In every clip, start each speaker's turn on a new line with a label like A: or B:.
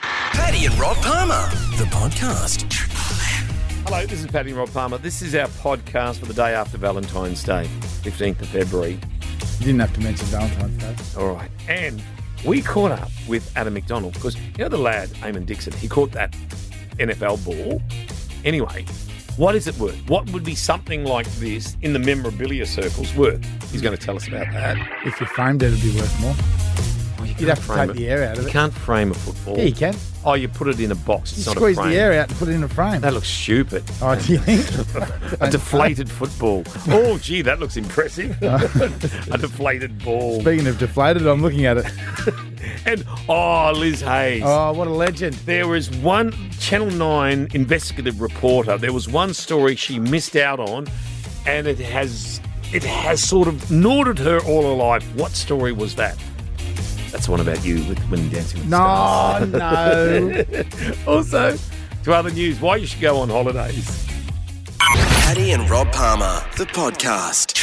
A: Paddy and Rob Palmer, the podcast.
B: Hello, this is Patty and Rob Palmer. This is our podcast for the day after Valentine's Day, 15th of February.
C: You didn't have to mention Valentine's Day.
B: All right. And we caught up with Adam McDonald because, you know, the lad, Eamon Dixon, he caught that NFL ball. Anyway, what is it worth? What would be something like this in the memorabilia circles worth? He's going to tell us about that.
C: If you framed it, it'd be worth more. You'd have to
B: frame
C: take
B: it.
C: the air out of
B: You
C: it.
B: can't frame a football.
C: Yeah, you can.
B: Oh, you put it in a box. It's
C: You
B: not
C: squeeze
B: a frame.
C: the air out and put it in a frame.
B: That looks stupid.
C: oh, do you think?
B: A deflated football. Oh, gee, that looks impressive. a deflated ball.
C: Speaking of deflated, I'm looking at it.
B: And oh, Liz Hayes.
C: Oh, what a legend.
B: There was one Channel 9 investigative reporter. There was one story she missed out on, and it has it has sort of gnawed at her all her life. What story was that? That's the one about you with when dancing with the stars.
C: No, no.
B: Also, to other news, why you should go on holidays.
A: Paddy and Rob Palmer, the podcast.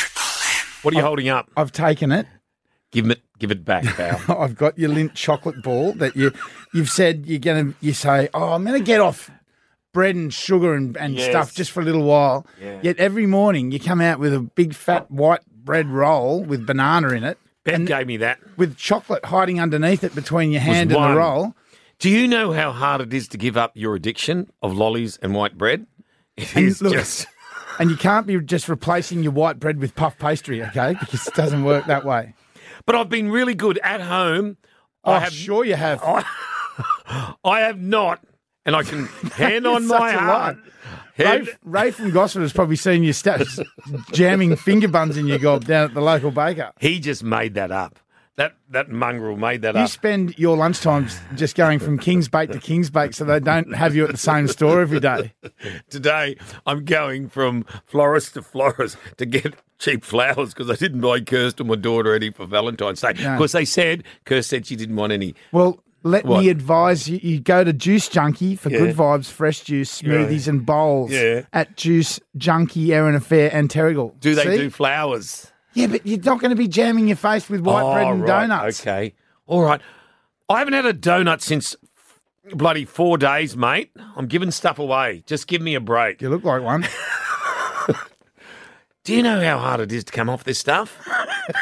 B: What are you holding up?
C: I've taken it.
B: Give it give it back, pal.
C: I've got your lint chocolate ball that you, you've said you're gonna. You say, "Oh, I'm gonna get off bread and sugar and, and
B: Yes.
C: stuff just for a little while."
B: Yeah.
C: Yet every morning you come out with a big fat white bread roll with banana in it,
B: ben gave me that.
C: with chocolate hiding underneath it between your hand and
B: one.
C: the roll.
B: Do you know how hard it is to give up your addiction of lollies and white bread? It
C: And
B: is
C: look-
B: just
C: And you can't be just replacing your white bread with puff pastry, okay? Because it doesn't work that way.
B: But I've been really good at home.
C: Oh,
B: I have Oh,
C: sure you have.
B: I have not, and I can hand on
C: You're such
B: my
C: a
B: heart. Hand,
C: Rafe, Rafe from Gosford has probably seen you st- jamming finger buns in your gob down at the local baker.
B: he just made that up. That that mongrel made that
C: You
B: up.
C: spend your lunchtimes just going from Kingsbait to Kingsbait so they don't have you at the same store every day.
B: Today, I'm going from florist to florist to get cheap flowers because I didn't buy Kirsten, my daughter, any for Valentine's Day. Because they said, Kirsten said she didn't want any.
C: Well, let
B: What?
C: me advise you, you go to Juice Junkie for
B: Yeah.
C: good vibes, fresh juice, smoothies, and bowls
B: Yeah.
C: at Juice Junkie, Erin Affair, and Terrigal.
B: Do they
C: See?
B: do flowers?
C: Yeah, but you're not going to be jamming your face with white bread
B: Oh,
C: and
B: right,
C: donuts.
B: Okay. All right. I haven't had a donut since bloody four days, mate. I'm giving stuff away. Just give me a break.
C: You look like one.
B: Do you know how hard it is to come off this stuff?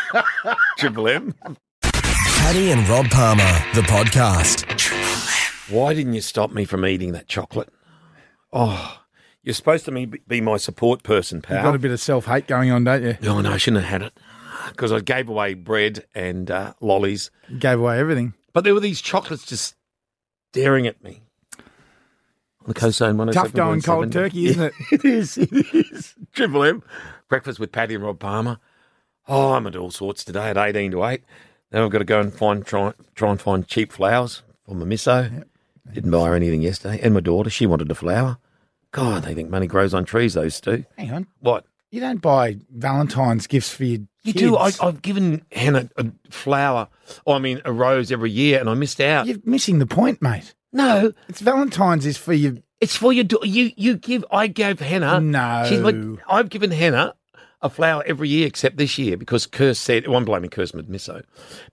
B: Triple M.
A: Paddy and Rob Palmer, the podcast.
B: Why didn't you stop me from eating that chocolate? Oh, you're supposed to me- be my support person,
C: You've got
B: pal.
C: a bit of self hate going on, don't you?
B: No, no, I shouldn't have had it because I gave away bread and uh, lollies.
C: You gave away everything.
B: But there were these chocolates just staring at me. On the oh Cosine 107.7.
C: Tough going cold turkey, isn't it?
B: It is. It is. Triple M. Breakfast with Patty and Rob Palmer. Oh, I'm at all sorts today at 18 to 8. Now I've got to go and find try, try and find cheap flowers for my misso. Didn't buy her anything yesterday. And my daughter, she wanted a flower. God, they think money grows on trees, those two.
C: Hang on.
B: What?
C: You don't buy Valentine's gifts for your
B: You
C: kids.
B: do. I, I've given Hannah a flower, or I mean, a rose every year, and I missed out.
C: You're missing the point, mate.
B: no,
C: It's Valentine's is for your
B: It's for your daughter. You you give. I gave Hannah.
C: No.
B: She's my, I've given Hannah a flower every year except this year because Kirst said. Well, I'm blaming Kirst Misso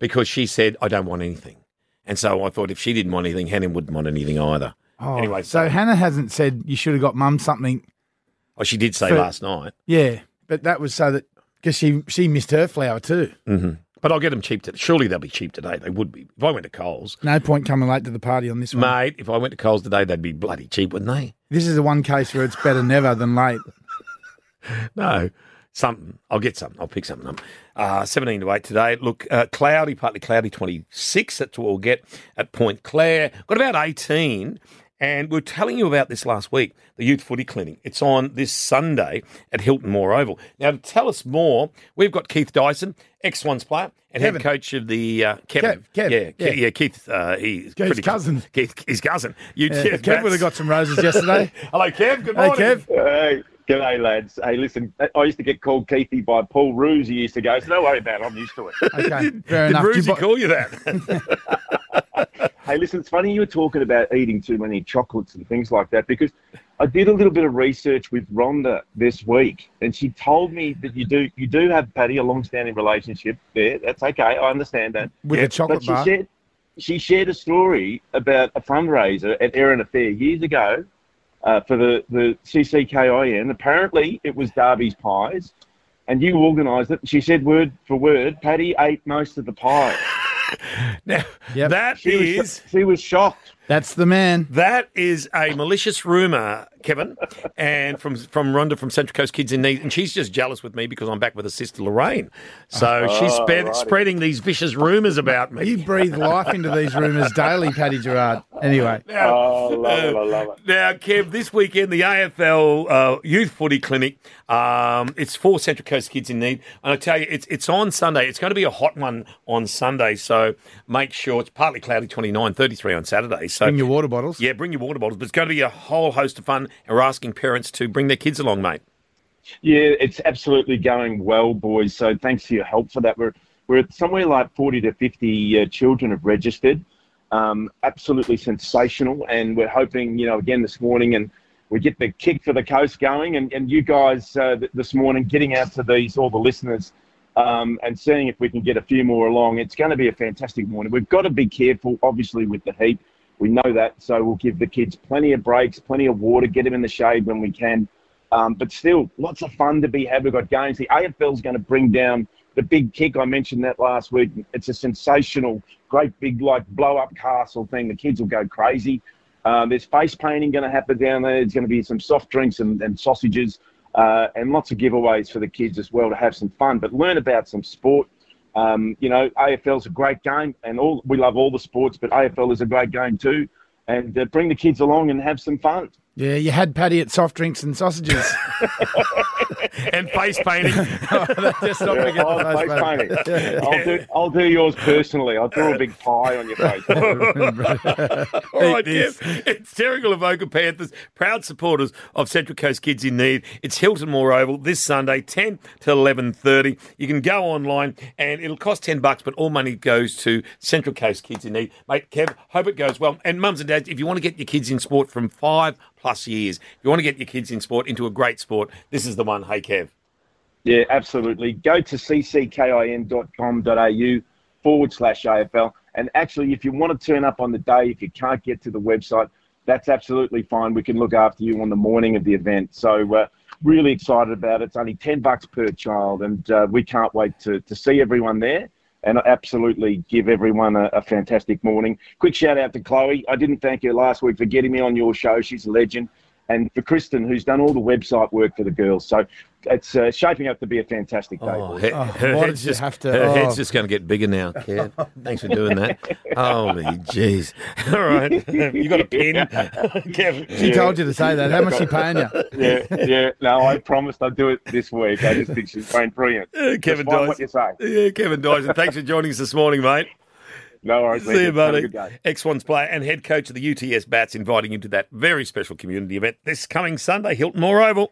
B: because she said I don't want anything, and so I thought if she didn't want anything, Hannah wouldn't want anything either.
C: Oh,
B: Anyway,
C: so Hannah hasn't said you should have got mum something.
B: Oh, she did say
C: For-
B: last night.
C: Yeah, but that was so that because she she missed her flower too.
B: Mm-hmm. But I'll get them cheap. To, surely they'll be cheap today. They would be. If I went to Coles,
C: No point coming late to the party on this one.
B: mate. If I went to Coles today, they'd be bloody cheap, wouldn't they?
C: This is the one case where it's better never than late.
B: No, something. I'll get something. I'll pick something up. Uh, 17 to 8 today. Look, uh, cloudy, partly cloudy, 26. That's what we'll get at Point Clare. Got about 18. And we were telling you about this last week, the Youth Footy Clinic. It's on this Sunday at Hilton Moor Oval. Now, to tell us more, we've got Keith Dyson, ex Swans player and
C: Kevin.
B: head coach of the uh, Kevin.
C: Kev, Kev,
B: yeah, Ke-
C: yeah.
B: yeah, Keith. Uh, he's pretty-
C: cousin.
B: Keith, his cousin. You,
C: Yeah, Kev would have got some roses yesterday.
B: Hello, Kev. Good
C: hey,
B: morning.
C: Kev.
D: Hey, g'day, lads. Hey, listen, I used to get called Keithy by Paul Ruse years ago, so don't worry about it. I'm used to it.
C: Okay, fair
B: Did
C: enough. Do you
B: Brucey
C: buy-
B: call you that?
D: hey, listen, it's funny you were talking about eating too many chocolates and things like that because I did a little bit of research with Rhonda this week, and she told me that you do you do have Patty a long-standing relationship there. That's okay, I understand that.
C: with a chocolate
D: but she
C: bar.
D: said she shared a story about a fundraiser at Erin Affair years ago uh, for the, the CCKIN. Apparently, it was Darby's Pies, and you organised it. She said word for word, Patty ate most of the pie.
B: Now,
C: Yep.
B: that
D: She was,
B: is-
D: sho- she was shocked.
C: That's the man.
B: That is a malicious rumor, Kevin, and from from Rhonda from Central Coast Kids in Need, and she's just jealous with me because I'm back with her sister Lorraine. So
D: Ah,
B: she's spe- spreading these vicious rumors about me.
C: You breathe life into these rumours daily, Paddy Gerard. Anyway,
B: Now- uh,
D: Oh, I love it. I love it.
B: Now, Kev, this weekend the AFL uh, Youth Footy Clinic. Um, it's for Central Coast kids in need, and I tell you, it's it's on Sunday. It's going to be a hot one on Sunday, so make sure it's partly cloudy, 29, 33 on Saturday. So
C: bring your water bottles.
B: yeah, bring your water bottles. But it's going to be a whole host of fun. And we're asking parents to bring their kids along, mate.
D: Yeah, it's absolutely going well, boys. So thanks for your help for that. We're we're at somewhere like forty to fifty uh, children have registered. Um, absolutely sensational, and we're hoping you know again this morning, and we get the kick for the coast going, and and you guys uh, th- this morning getting out to these all the listeners. Um, and seeing if we can get a few more along. It's going to be a fantastic morning. We've got to be careful, obviously, with the heat. We know that, so we'll give the kids plenty of breaks, plenty of water, get them in the shade when we can. Um, but still, lots of fun to be had. We've got games. The AFL's going to bring down the big kick. I mentioned that last week. It's a sensational, great big like blow up castle thing. The kids will go crazy. Uh, there's face painting going to happen down there. There's going to be some soft drinks and, and sausages uh, and lots of giveaways for the kids as well to have some fun, but learn about some sport. Um, you know, AFL's a great game, and all we love all the sports, but AFL is a great game too. And uh, bring the kids along and have some fun.
C: Yeah, you had Paddy at soft drinks and sausages.
B: and face painting.
C: Just not
D: Yeah,
C: gonna get the
D: I'll,
C: face painting.
D: face painting. I'll, do, I'll do yours personally. I'll draw a big pie on your face.
B: All right, Kev. It's Terrigal of Oakham Panthers, proud supporters of Central Coast Kids in Need. It's Hilton Moore Oval this Sunday, 10 to 11.30. You can go online and it'll cost 10 bucks, but all money goes to Central Coast Kids in Need. Mate, Kev, hope it goes well. And mums and dads, if you want to get your kids in sport from five plus years, if you want to get your kids in sport into a great sport, this is the one. Hey, Kev.
D: yeah, absolutely. Go to cckIN.com.au forward slash AFL. And actually, if you want to turn up on the day, if you can't get to the website, that's absolutely fine. We can look after you on the morning of the event. So, uh, really excited about it. It's only 10 bucks per child, and uh, we can't wait to, to see everyone there. and absolutely give everyone a, a fantastic morning. Quick shout out to Chloe. I didn't thank her last week for getting me on your show. She's a legend. And for Kristen, who's done all the website work for the girls. So it's uh, shaping up to be a fantastic day.
B: Oh,
D: boys.
B: he- her
C: why did
B: head's
C: you
B: just,
C: have to-
B: her
C: oh.
B: head's just going to get bigger now. Kev. Thanks for doing that. Holy jeez! All right, you got a pin, Kev.
C: She
D: Yeah.
C: told you to say that. How much she paying you?
D: yeah, yeah. No, I promised I'd do it this week. I just think she's been brilliant.
B: Uh, Kevin
D: Despite what you
B: Dyson.
D: say.
B: Yeah, Kevin Dyson. Thanks for joining us this morning, mate.
D: No worries.
B: See you,
D: Lincoln. Have a
B: buddy.
D: good day.
B: Ex Ones player and head coach of the UTS Bats, inviting you to that very special community event this coming Sunday, Hilton Moore Oval.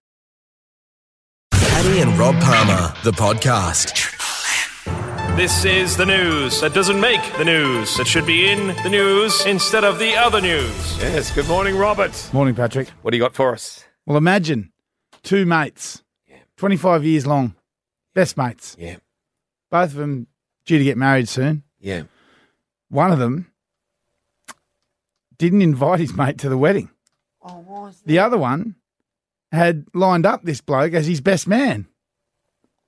A: Paddy and Rob Palmer, the podcast.
E: This is the news that doesn't make the news. It should be in the news instead of the other news.
B: Yes. Good morning, Robert.
C: Morning, Patrick.
B: What do you got for us?
C: Well, imagine two mates, 25 years long, best mates.
B: Yeah.
C: Both of them due to get married soon.
B: Yeah.
C: One of them didn't invite his mate to the wedding. Oh, the other one had lined up this bloke as his best man.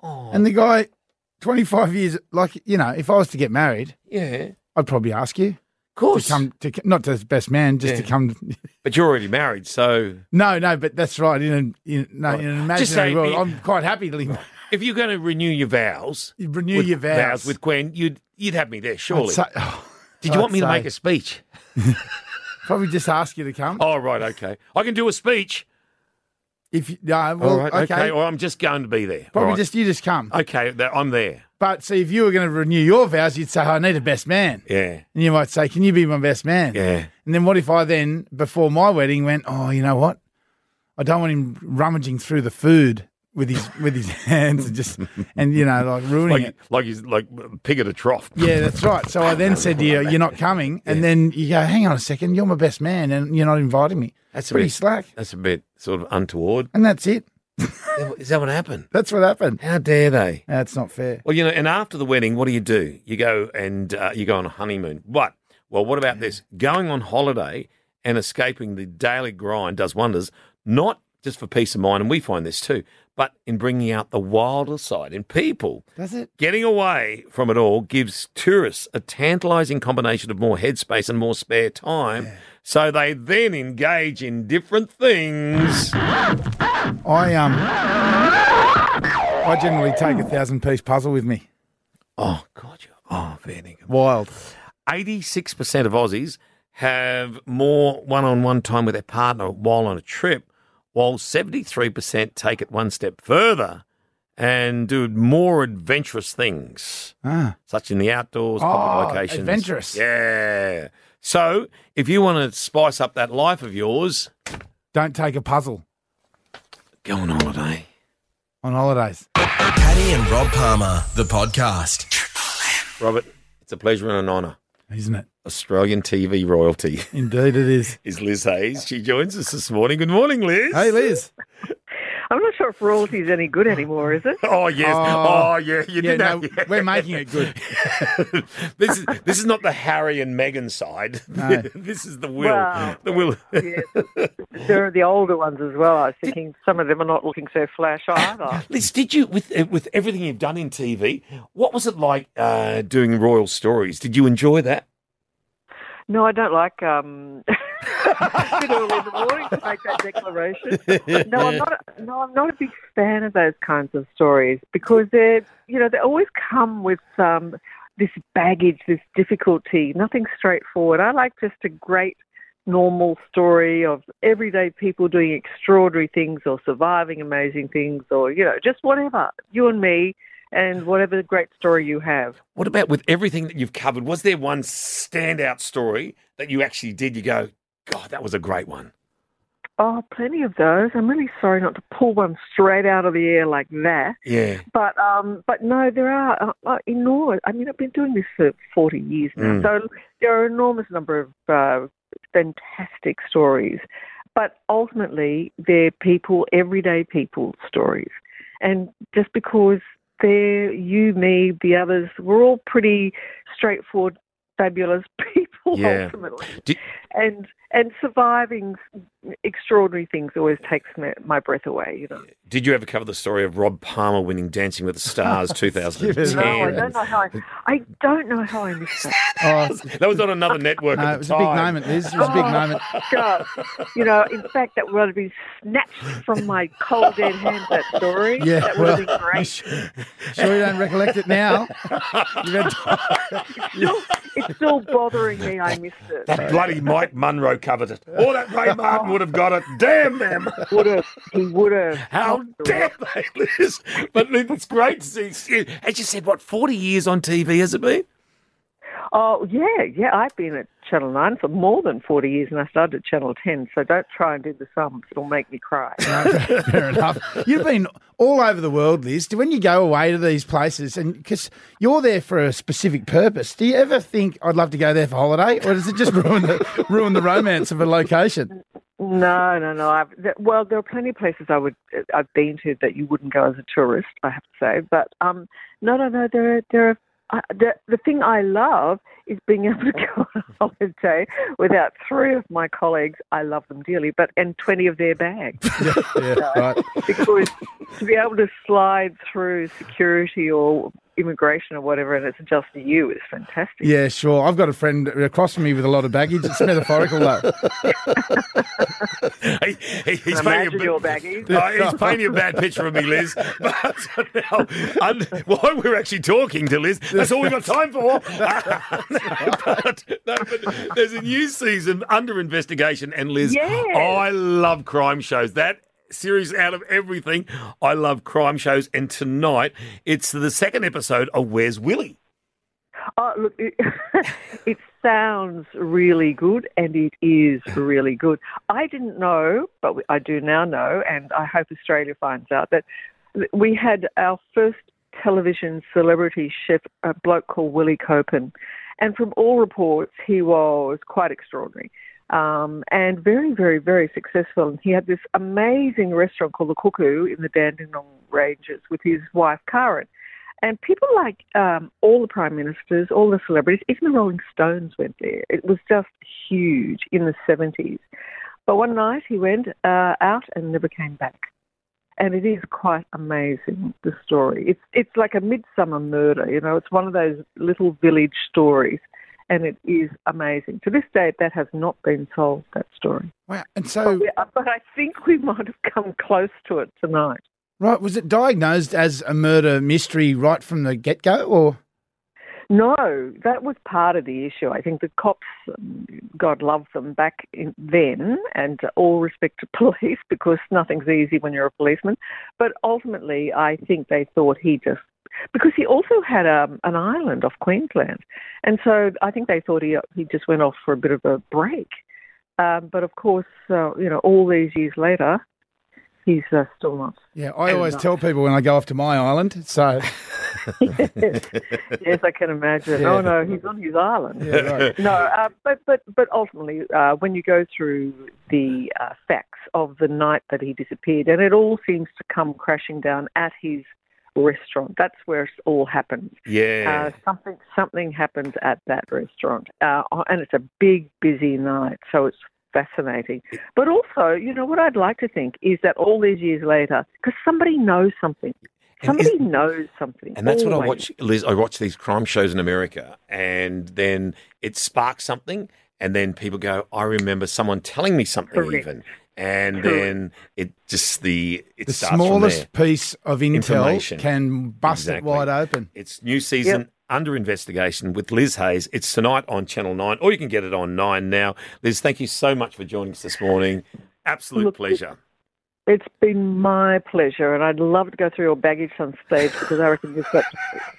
B: Oh.
C: And the guy, 25 years, like, you know, if I was to get married,
B: Yeah. Of
C: I'd probably ask you to
B: course.
C: come to, not to best man, just to
B: Yeah.
C: come.
B: But you're already married, so
C: No, no, but that's right. In, a, in, no, in an
B: Just say
C: imaginary world,
B: be-
C: I'm quite happily
B: if you're going to renew your vows,
C: You renew
B: with
C: your vows.
B: with Gwen, you'd you'd have me there, surely.
C: I'd say- oh,
B: Did you want
C: I'd
B: me to
C: say-
B: make a speech?
C: Probably just ask you to come.
B: Oh, right, okay. I can do a speech.
C: If you, no, well,
B: All right, okay.
C: okay.
B: Or I'm just going to be there. All
C: Probably
B: right.
C: just you just come.
B: okay. That, I'm there.
C: But see, if you were going to renew your vows, you'd say, "Oh, "I need a best man,"
B: Yeah,
C: and you might say, "Can you be my best man?"
B: yeah.
C: And then what if I then, before my wedding, went, "Oh, you know what? I don't want him rummaging through the food with his with his hands and just and you know like ruining it."
B: Like like he's like pig at a trough.
C: Yeah, that's right. So I then said to you, "You're not coming," and then you go, "Hang on a second, you're my best man, and you're not inviting me."
B: That's a
C: pretty
B: bit-
C: slack,
B: That's a bit sort of untoward.
C: and that's it.
B: Is that what happened?
C: That's what happened.
B: How dare they?
C: That's not fair.
B: Well, you know, and after the wedding, what do you do? You go and uh, you go on a honeymoon. But Well, what about this? Going on holiday and escaping the daily grind does wonders, not just for peace of mind, and we find this too, but in bringing out the wilder side in people.
C: Does it?
B: Getting away from it all gives tourists a tantalizing combination of more headspace and more spare time, so they then engage in different things.
C: I um, I generally take a thousand piece puzzle with me.
B: Oh, God, you oh, Van Ingham.
C: Wild.
B: 86% of Aussies have more one on one time with their partner while on a trip, while 73% take it one step further and do more adventurous things,
C: Ah,
B: such in the outdoors, public
C: Oh,
B: locations.
C: adventurous.
B: Yeah. So if you want to spice up that life of yours,
C: don't take a puzzle
B: go on holiday.
C: on holidays.
A: Paddy and Rob Palmer, the podcast.
B: Robert, it's a pleasure and an honour.
C: Isn't it?
B: Australian TV royalty
C: Indeed, it is.
B: is Liz Hayes. She joins us this morning. Good morning, Liz.
C: Hey, Liz.
F: I'm not sure if royalty's any good anymore, is it?
B: Oh yes.
C: Oh.
B: Oh, yeah. You
C: Yeah,
B: did that.
C: no, we're making it good.
B: this is this is not the Harry and Meghan side.
C: No.
B: this is the Will.
F: Wow.
B: The Will.
F: Yeah. there are the older ones as well. I was thinking some of them are not looking so flash either.
B: Liz, did you with uh, with everything you've done in TV? What was it like uh, doing Royal Stories? Did you enjoy that?
F: No, I don't like um bit early in the morning to make that declaration. No, I'm not. A, no, I'm not a big fan of those kinds of stories because they're, you know, they always come with um, this baggage, this difficulty, nothing straightforward. I like just a great normal story of everyday people doing extraordinary things or surviving amazing things or you know just whatever you and me and whatever great story you have
B: What about with everything that you've covered? Was there one standout story that you actually did? You go, God, that was a great one.
F: oh plenty of those i'm really sorry not to pull one straight out of the air like that
B: Yeah.
F: But um, but no, there are uh, uh, enormous. I mean, I've been doing this for forty years now,
B: Mm.
F: so there are an enormous number of uh, fantastic stories. But ultimately, they're people, everyday people stories, and just because they're you, me, the others, we're all pretty straightforward, fabulous people
B: Yeah.
F: ultimately,
B: Did-
F: and and surviving extraordinary things always takes my, my breath away, you know.
B: Did you ever cover the story of Rob Palmer winning Dancing with the Stars 2010?
F: No, I don't know how I. I don't know how I missed that.
C: Oh,
B: That was on another network
C: no,
B: at the
C: it was a
B: time.
C: big moment, Liz. It was a big
F: Oh.
C: moment.
F: God. You know, in fact, that would have been snatched from my cold dead hands. That story.
C: Yeah,
F: that would have
C: well,
F: been great.
C: Sure you don't recollect it now. You've had
F: It's still bothering me. I missed it.
B: That bloody Mike Munro covered it. Or that Ray Martin would have got it. Damn them.
F: Would have. He would have.
B: How dare they, Liz? But Liz, it's great to see. As you said, what, 40 years on TV has it been?
F: Oh yeah, yeah. I've been at Channel Nine for more than forty years, and I started at Channel Ten. So don't try and do the sums; it'll make me cry.
C: to- Fair enough. You've been all over the world, Liz. Do- When you go away to these places, and because you're there for a specific purpose, do you ever think I'd love to go there for holiday, or does it just ruin the ruin the romance of a location?
F: No, no, no. I've, th- well, there are plenty of places I would uh, I've been to that you wouldn't go as a tourist. I have to say, but um, no, no, no. There, are, there. Are, uh, the, the thing I love is being able to go on a holiday without three of my colleagues. I love them dearly, but and twenty of their bags
C: Yeah, right.
F: because to be able to slide through security or immigration or whatever, and it's just you is fantastic.
C: Yeah, sure. I've got a friend across from me with a lot of baggage. It's metaphorical, though.
B: He- he- he's
F: Imagine
B: painting a
F: your
B: bad-
F: baggies.
B: No, he's painting a bad picture of me, Liz. But uh, now, un- while we're actually talking to Liz, that's all we've got time for. No, but, no, but there's a new season under investigation, and Liz,
F: Yes.
B: I love crime shows. That series out of everything, I love crime shows. And tonight, it's the second episode of Where's Willie?
F: Oh, look, it, it sounds really good, and it is really good. I didn't know, but we- I do now know, and I hope Australia finds out that we had our first television celebrity chef, a bloke called Willie Copen, and from all reports, he was quite extraordinary. Um, and very, very, very successful. And he had this amazing restaurant called The Cuckoo in the Dandenong Ranges with his wife Karen And people like um, all the prime ministers, all the celebrities, even the Rolling Stones went there. It was just huge in the 70s. But one night he went uh, out and never came back. And it is quite amazing, the story. It's, it's like a midsummer murder, you know, it's one of those little village stories. And it is amazing. To this day, that has not been solved, that story.
C: Wow. And so,
F: But I- But I think we might have come close to it tonight.
C: right, was it diagnosed as a murder mystery right from the get go, or
F: No, that was part of the issue. I think the cops, um, God love them, back in, then, and all respect to police because nothing's easy when you're a policeman. But ultimately, I think they thought he just because he also had um, an island off Queensland, and so I think they thought he uh, he just went off for a bit of a break. Um, but of course, uh, you know, all these years later, he's uh, still not.
C: yeah? I always tell people when I go off to my island. So
F: yes, I can imagine. Oh no, he's on his island.
C: yeah, right.
F: no, uh, but but but ultimately, uh, when you go through the uh, facts of the night that he disappeared, and it all seems to come crashing down at his restaurant. That's where it all happened.
B: Yeah.
F: Uh, something something happens at that restaurant, uh, and it's a big, busy night, so it's fascinating. But also, you know, what I'd like to think is that all these years later, because somebody knows something.
B: And
F: Somebody
B: is-
F: knows something.
B: And that's what I
F: always.
B: watch, Liz. I watch these crime shows in America, and then it sparks something, and then people go, "I remember someone telling me something,"
F: Correct.
B: even, and
F: Correct.
B: then it just the it
C: the
B: starts from
C: smallest
B: there.
C: piece of intel
B: Information.
C: can bust
B: Exactly.
C: it wide open.
B: It's new season
F: Yep.
B: under investigation with Liz Hayes. It's tonight on Channel Nine, or you can get it on Nine now. Liz, thank you so much for joining us this morning. Absolute
F: Look,
B: pleasure.
F: It's been my pleasure, and I'd love to go through your baggage on stage because I reckon you've got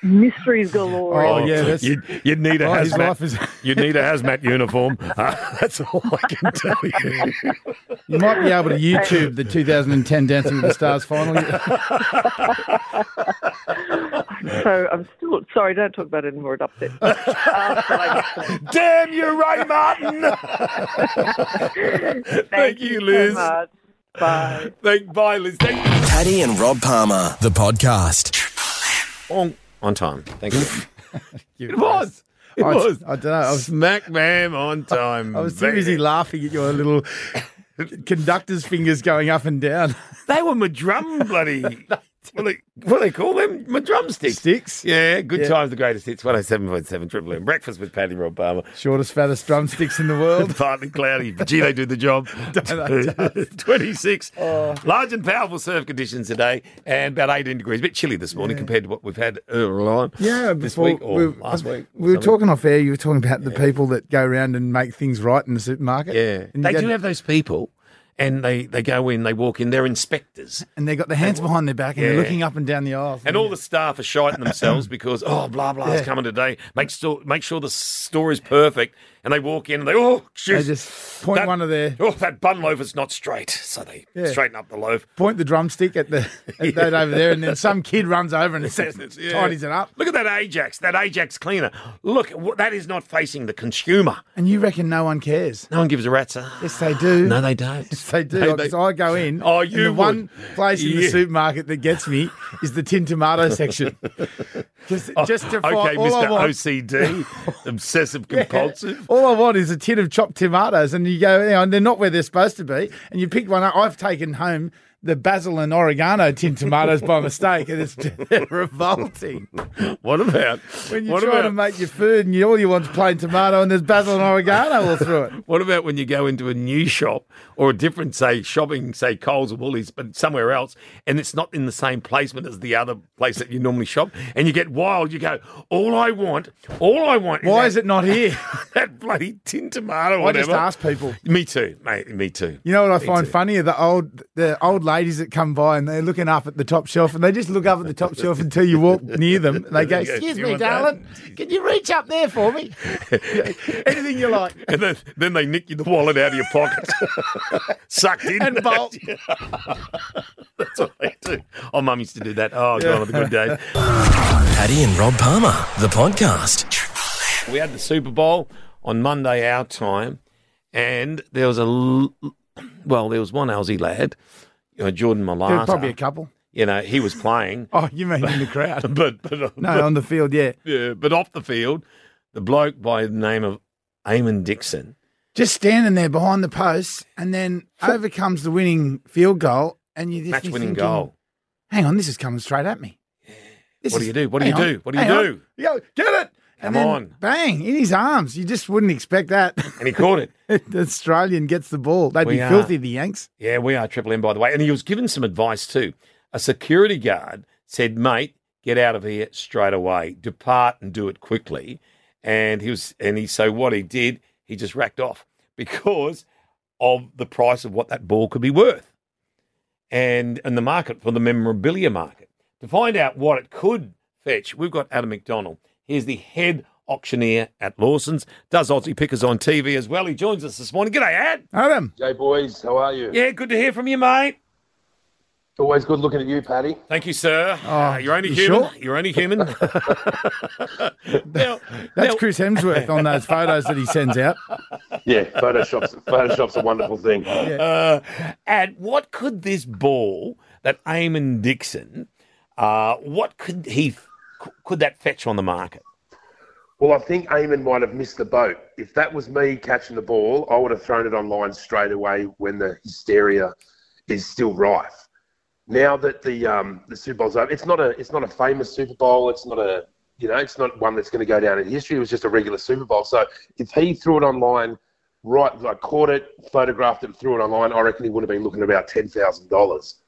F: mysteries galore.
C: Oh, yeah, that's-
B: you'd, you'd need a
C: Oh, his
B: hazmat.
C: life is.
B: you'd need a hazmat uniform. Uh, that's all I can tell you.
C: You might be able to YouTube the 2010 Dancing with the Stars final.
F: So I'm still sorry. Don't talk about it anymore. It upsets. me. Uh, but I-
B: Damn, you're right, Martin.
F: thank,
B: you,
F: so
B: Liz.
F: much. Bye.
B: Thank, bye, Liz. Thank you.
A: Paddy and Rob Palmer, the podcast.
B: On, on time. Thank you.
C: It
B: was. It
C: I,
B: was.
C: I don't know. I was,
B: Smack ma'am on time.
C: I was too busy laughing at your little conductor's fingers going up and down.
B: They were my drum bloody. what, they, what they call them? My drumsticks.
C: Sticks.
B: Yeah, good
C: Yeah.
B: times, the greatest hits. 107.7 Triple M. Breakfast with Paddy Rob Palmer.
C: Shortest, fattest drumsticks in the world.
B: Partly cloudy, but gee, they do the job. 26.
C: Oh.
B: Large and powerful surf conditions today, and about 18 degrees. A bit chilly this morning compared to what we've had earlier on.
C: Yeah,
B: this
C: before
B: week or
C: we,
B: last week. or
C: We were
B: something.
C: talking off air. You were talking about the people that go around and make things right in the supermarket.
B: Yeah,
C: and
B: they
C: you go-
B: do have those people, and they they go in, they walk in, they're inspectors,
C: and they got their hands behind their back and they're
B: Yeah.
C: looking up and down the aisles.
B: and all the staff are shiting themselves because oh blah blah's
C: Yeah.
B: coming today. Make sure make sure the store is perfect, and they walk in and they oh shoot,
C: they just point
B: That-
C: one of their
B: oh that bun loaf is not straight, so they
C: Yeah.
B: straighten up the loaf.
C: point the drumstick at the at that over there, and then some kid runs over and says,
B: Yeah.
C: tidies it up.
B: Look at that Ajax, that Ajax cleaner. Look, w- that is not facing the consumer.
C: And you reckon no one cares?
B: No one gives a rat's. a-
C: Yes, they do.
B: No, they don't.
C: Yes, they do.
B: They-
C: Because I go in.
B: Oh,
C: and
B: you
C: the one
B: would.
C: place in the
B: Yeah.
C: supermarket that gets me is the tin tomato section. just, just to find
B: Oh, okay,
C: all I
B: Mr.
C: want.
B: OCD, obsessive compulsive.
C: All I want is a tin of chopped tomatoes, and you go, you know, and they're not where they're supposed to be. And you pick one up. I've taken home the basil and oregano tin tomatoes by mistake, and it's revolting.
B: What about
C: When you're
B: what
C: trying
B: about
C: to make your food, and you, all you want is plain tomato, and there's basil and oregano all through it.
B: what about when you go into a new shop or a different, say, shopping, say Coles or Woolies, but somewhere else, and it's not in the same placement as the other place that you normally shop, and you get wild. You go, all I want, all I want.
C: Why
B: that,
C: is it not here?
B: that bloody tin tomato?
C: I just
B: whatever.
C: ask people.
B: Me too, mate. Me too.
C: You know what I
B: Me
C: find
B: too.
C: funny are the old the old ladies that come by and they're looking up at the top shelf and they just look up at the top shelf until you walk near them and they go,
B: You go,
C: "Excuse
B: "Do you
C: me,
B: want that?"
C: darling, can you reach up there for me? Anything you like."
B: And then, then they nick you the wallet out of your pocket, sucked in
C: And bolt.
B: That's what they do. Oh, mum used to do that. Oh, God, on the good days.
A: Paddy and Rob Palmer, the podcast.
B: We had the Super Bowl on Monday our time, and there was a l- well, there was one Aussie lad, you know, Jordan
C: There's
B: Malata.
C: probably a couple.
B: You know, he was playing,
C: Oh, you mean in the crowd?
B: but but, but,
C: No, on the field, yeah.
B: yeah, but off the field, the bloke by the name of Eamon Dixon.
C: Just standing there behind the post, and then over comes the winning field goal, and you just
B: Match
C: you're
B: winning
C: thinking,
B: goal.
C: Hang on, this is coming straight at me. This
B: What do
C: is-
B: you do? What do you
C: hang on,
B: do? What do you
C: hang on.
B: do?
C: Yo, get it!
B: Come
C: And then,
B: on.
C: bang! In his arms. You just wouldn't expect that.
B: And he caught it.
C: the Australian gets the ball. They'd
B: We
C: be
B: are-
C: filthy, the Yanks.
B: Yeah, we are Triple M, by the way. And he was given some advice too. A security guard said, "Mate, get out of here straight away. Depart and do it quickly." And he was, and he so what he did, he just racked off because of the price of what that ball could be worth, and and the market for the memorabilia market to find out what it could fetch. We've got Adam McDonald. He's the head auctioneer at Lawson's. Does Aussie Pickers on TV as well. He joins us this morning. G'day, Ad.
C: Adam,
G: Hey boys, how are you?
B: Yeah, good to hear from you, mate.
G: Always good looking at you, Paddy.
B: Thank you, sir.
C: Oh,
B: Uh, you're only
C: you
B: human.
C: sure?
B: You're only human. now,
C: that's
B: now-
C: Chris Hemsworth on those photos that he sends out.
G: Yeah, Photoshop's Photoshop's a wonderful thing.
B: Uh, and what could this ball that Eamon Dixon, uh, what could he, could that fetch on the market?
G: Well, I think Eamon might have missed the boat. If that was me catching the ball, I would have thrown it online straight away when the hysteria is still rife. Now that the um, the Super Bowl's over, it's not a it's not a famous Super Bowl. It's not a you know it's not one that's going to go down in history. It was just a regular Super Bowl. So if he threw it online, right, like caught it, photographed it, threw it online, I reckon he would have been looking at about ten thousand dollars.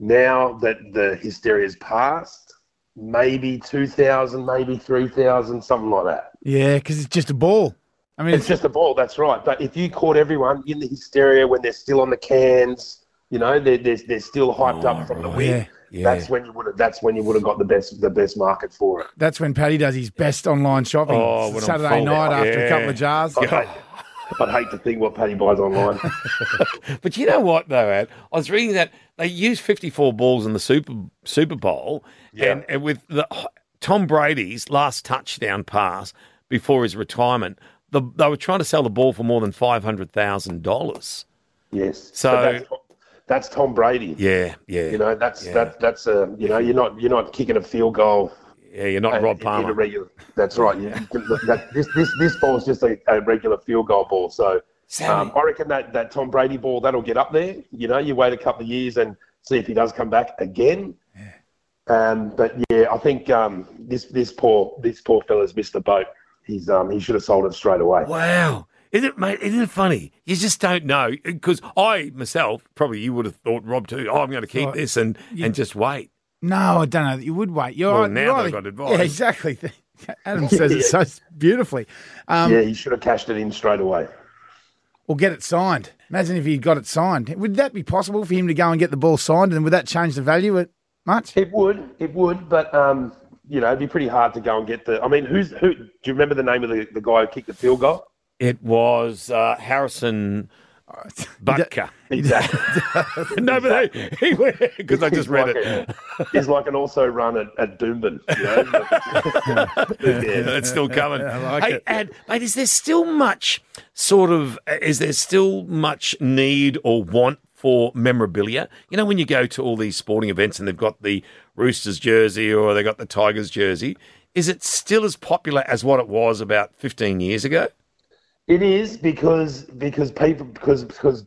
G: Now that the hysteria's passed, maybe two thousand, maybe three thousand, something like that.
C: Yeah, because it's just a ball. I mean,
G: It's
C: it's,
G: just a ball, that's right. But if you caught everyone in the hysteria when they're still on the cans, you know, they're they're, they're still hyped up from the
B: right.
G: win.
C: Yeah,
G: That's when you would have. That's when you would have got the best the best market for it.
C: that's when Paddy does his best online shopping.
B: Oh,
C: It's
B: when I'm
C: Saturday
B: full.
C: night after
B: Yeah.
C: a couple of jars.
G: I'd, hate, I'd hate to think what Paddy buys online.
B: But you know what though, Ad? I was reading that they used 54 balls in the Super Super Bowl, and, and with the Tom Brady's last touchdown pass before his retirement, the, they were trying to sell the ball for more than five hundred thousand dollars.
G: yes.
B: So-
G: But that's, that's Tom Brady.
B: Yeah, yeah,
G: You know, that's
B: Yeah.
G: that that's a you know you're not you're not kicking a field goal.
B: yeah. You're not
G: and-
B: Rob
G: Uh, in a
B: Palmer.
G: regular- that's right. You, that, this this this ball's just a, a regular field goal ball. So
B: Sammy.
G: Um, I reckon that, that Tom Brady ball that'll get up there. You know, you wait a couple of years and see if he does come back again. Um, but yeah, I think um, this this poor this poor fella's missed the boat. He's um, he should have sold it straight away.
B: Wow. Isn't it, mate? Isn't it funny? You just don't know because I myself probably you would have thought Rob too. Oh, I'm going to keep
C: Right.
B: this and and just wait.
C: No, I don't know. that You would wait. You're
B: Well,
C: right.
B: now
C: You're
B: they've
C: right.
B: got advice.
C: Yeah, exactly. Adam says it so beautifully. Um,
G: yeah, he should have cashed it in straight away.
C: Or get it signed. Imagine if he'd got it signed. Would that be possible for him to go and get the ball signed? And would that change the value at much?
G: It would, it would, but um, you know, it'd be pretty hard to go and get the. I mean, who's who? Do you remember the name of the, the guy who kicked the field goal?
B: It was uh, Harrison Butker.
G: Exactly.
B: no, but they, he went because I just read
G: like
B: it.
G: A, he's like an also run at, at Doomben. You know? Yeah.
B: It's still coming.
C: like
B: hey,
C: it.
B: And mate, is there still much sort of? Is there still much need or want for memorabilia? You know, when you go to all these sporting events and they've got the Roosters jersey or they got the Tigers jersey, is it still as popular as what it was about fifteen years ago?
G: It is because because people because because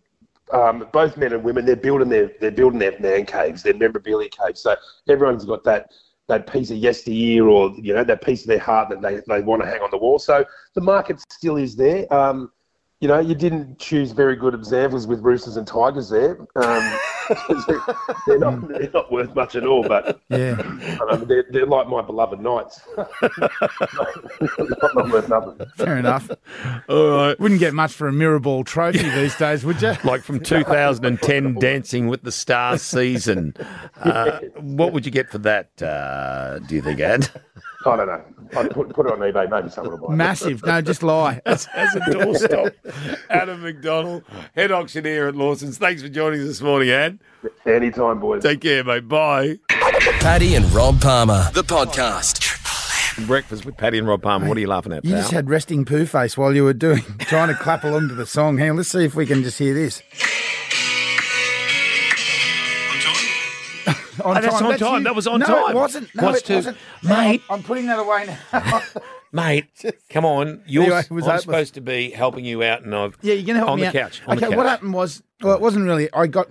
G: um, both men and women they're building their they're building their man caves, their memorabilia caves. So everyone's got that that piece of yesteryear or you know that piece of their heart that they, they want to hang on the wall. So the market still is there. Um, you know, you didn't choose very good examples with roosters and tigers there. Um, they're, not, they're not worth much at all, but
C: Yeah.
G: I mean, they're, they're like my beloved knights. not, not worth nothing.
C: Fair enough.
B: All right.
C: Wouldn't get much for a mirror ball trophy these days, would you?
B: Like from 2010 Dancing with the Stars season. Uh, what would you get for that, uh, do you think, Ad?
G: I don't know. I'd put, put it on eBay. Maybe someone will buy it.
C: Massive. No, just lie.
B: as a doorstop. Adam McDonald, head auctioneer at Lawson's. Thanks for joining us this morning, Ann.
G: Anytime, boys.
B: Take care, mate. Bye.
A: Paddy and Rob Palmer, the podcast.
B: Breakfast with Patty and Rob Palmer. What are you laughing at,
C: You just had resting poo face while you were doing trying to clap along to the song. Hang on, let's see if we can just hear this. On
B: Oh, that's on time.
C: you.
B: That was on
C: no,
B: time.
C: It wasn't. No,
B: What's
C: it
B: two?
C: wasn't.
B: Mate.
C: I'm putting that away now.
B: Mate, come on. You're
C: Anyway, it was
B: I'm
C: hopeless.
B: supposed to be helping you out, and I've
C: yeah, you're gonna help
B: on
C: me
B: the
C: out.
B: couch. on the
C: okay, what
B: couch.
C: happened was, well, it wasn't really. I got.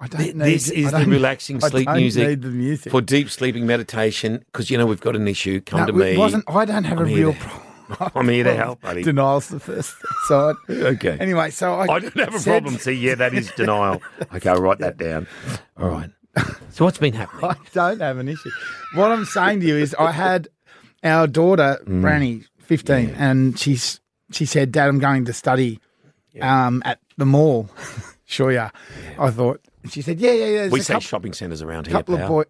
C: I don't need.
B: This
C: I
B: is the
C: don't-
B: relaxing
C: I
B: sleep
C: don't
B: music,
C: Need the music.
B: for deep sleeping meditation. Because you know we've got an issue. Come
C: no,
B: to me.
C: It wasn't. I don't have
B: I'm
C: a
B: here
C: real
B: to-
C: problem.
B: I'm here to help, buddy.
C: Denial's the first side.
B: Okay.
C: Anyway, so I.
B: I don't have a
C: said-
B: problem. See, yeah, that is denial. okay, I'll write that down. All right. So what's been happening?
C: I don't have an issue. What I'm saying to you is, I had our daughter
B: Mm.
C: Branny, 15, and she's she said, "Dad, I'm going to study um, at the mall." sure, yeah. I thought. And she said, "Yeah, yeah, yeah." there's
B: We
C: a
B: say
C: couple-
B: shopping centres around here.
C: couple of
B: pal.
C: boy,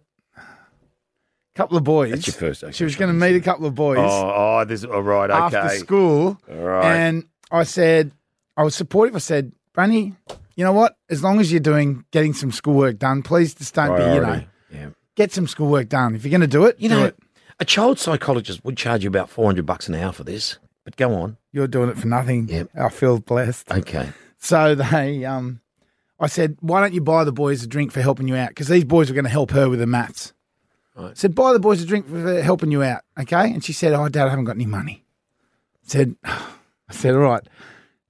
C: couple of boys.
B: That's your first, okay,
C: she was going to meet a couple of boys
B: Oh, oh, this. All right. Okay.
C: after school,
B: All right.
C: and I said, I was supportive. I said, Branny, you know what? As long as you're doing getting some schoolwork done, please just don't be, you know,
B: Priority. Yeah.
C: get some schoolwork done. If you're going to do it,
B: You
C: do
B: know,
C: it.
B: a child psychologist would charge you about four hundred bucks an hour for this. But go on.
C: you're doing it for nothing.
B: Yep.
C: I feel blessed.
B: Okay.
C: So they, um, I said, why don't you buy the boys a drink for helping you out? Because these boys are going to help her with the maths. I said, buy the boys a drink for helping you out, okay? And she said, oh, Dad, I haven't got any money. I said, I said, all right.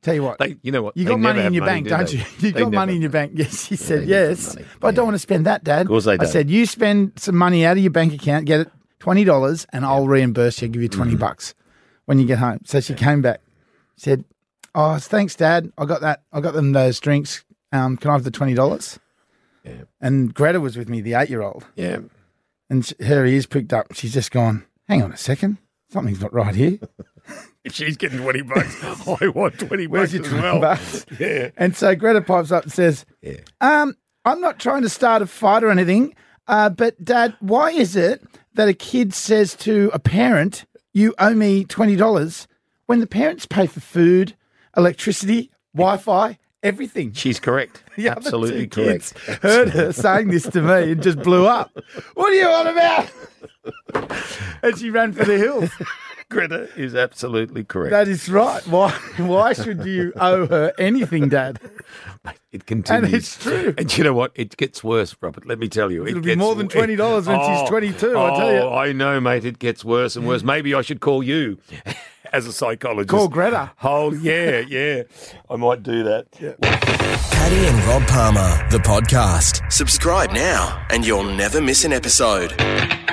C: Tell you what,
B: They, you know what?
C: you
B: They
C: got
B: never
C: money in
B: have
C: your
B: money,
C: bank,
B: do
C: don't
B: they?
C: you? You
B: They
C: got money
B: never-
C: in your bank. Yes, she said
B: they never have
C: yes,
B: money.
C: but I
B: Yeah.
C: don't want to spend that, Dad. Of
B: course they
C: I
B: don't.
C: said you spend some money out of your bank account, get it twenty dollars, and I'll reimburse you. Give you
B: Mm-hmm.
C: 20 bucks when you get home. So she came back, said, "Oh, thanks, Dad. I got that. I got them those drinks. Um, can I have the twenty dollars?"
B: Yeah.
C: And Greta was with me, the eight-year-old,
B: Yeah.
C: and sh- her ears pricked up. She's just gone. Hang on a second, something's not right here.
B: If she's getting twenty bucks, I want twenty bucks
C: Where's your
B: as
C: 20
B: well.
C: bucks?
B: Yeah.
C: And so Greta pipes up and says,
B: Yeah.
C: um, I'm not trying to start a fight or anything, uh, but Dad, why is it that a kid says to a parent, you owe me $20 when the parents pay for food, electricity, Wi Fi, everything?
B: She's correct.
C: The other
B: Absolutely
C: two kids
B: correct.
C: heard her saying this to me and just blew up. What are you on about? and she ran for the hills.
B: Greta is absolutely correct.
C: That is right. Why? Why should you owe her anything, Dad?
B: It continues.
C: it's true.
B: And you know what? It gets worse, Robert. Let me tell you. It
C: It'll be
B: gets
C: more than $20 when she's 22, I tell you. Mm.
B: Oh, I know, mate. It gets worse and worse. Maybe I should call you as a psychologist.
C: Call Greta.
B: Oh, yeah, yeah. I might do that.
A: Paddy and Rob Palmer, the podcast. Subscribe now and you'll never miss an episode.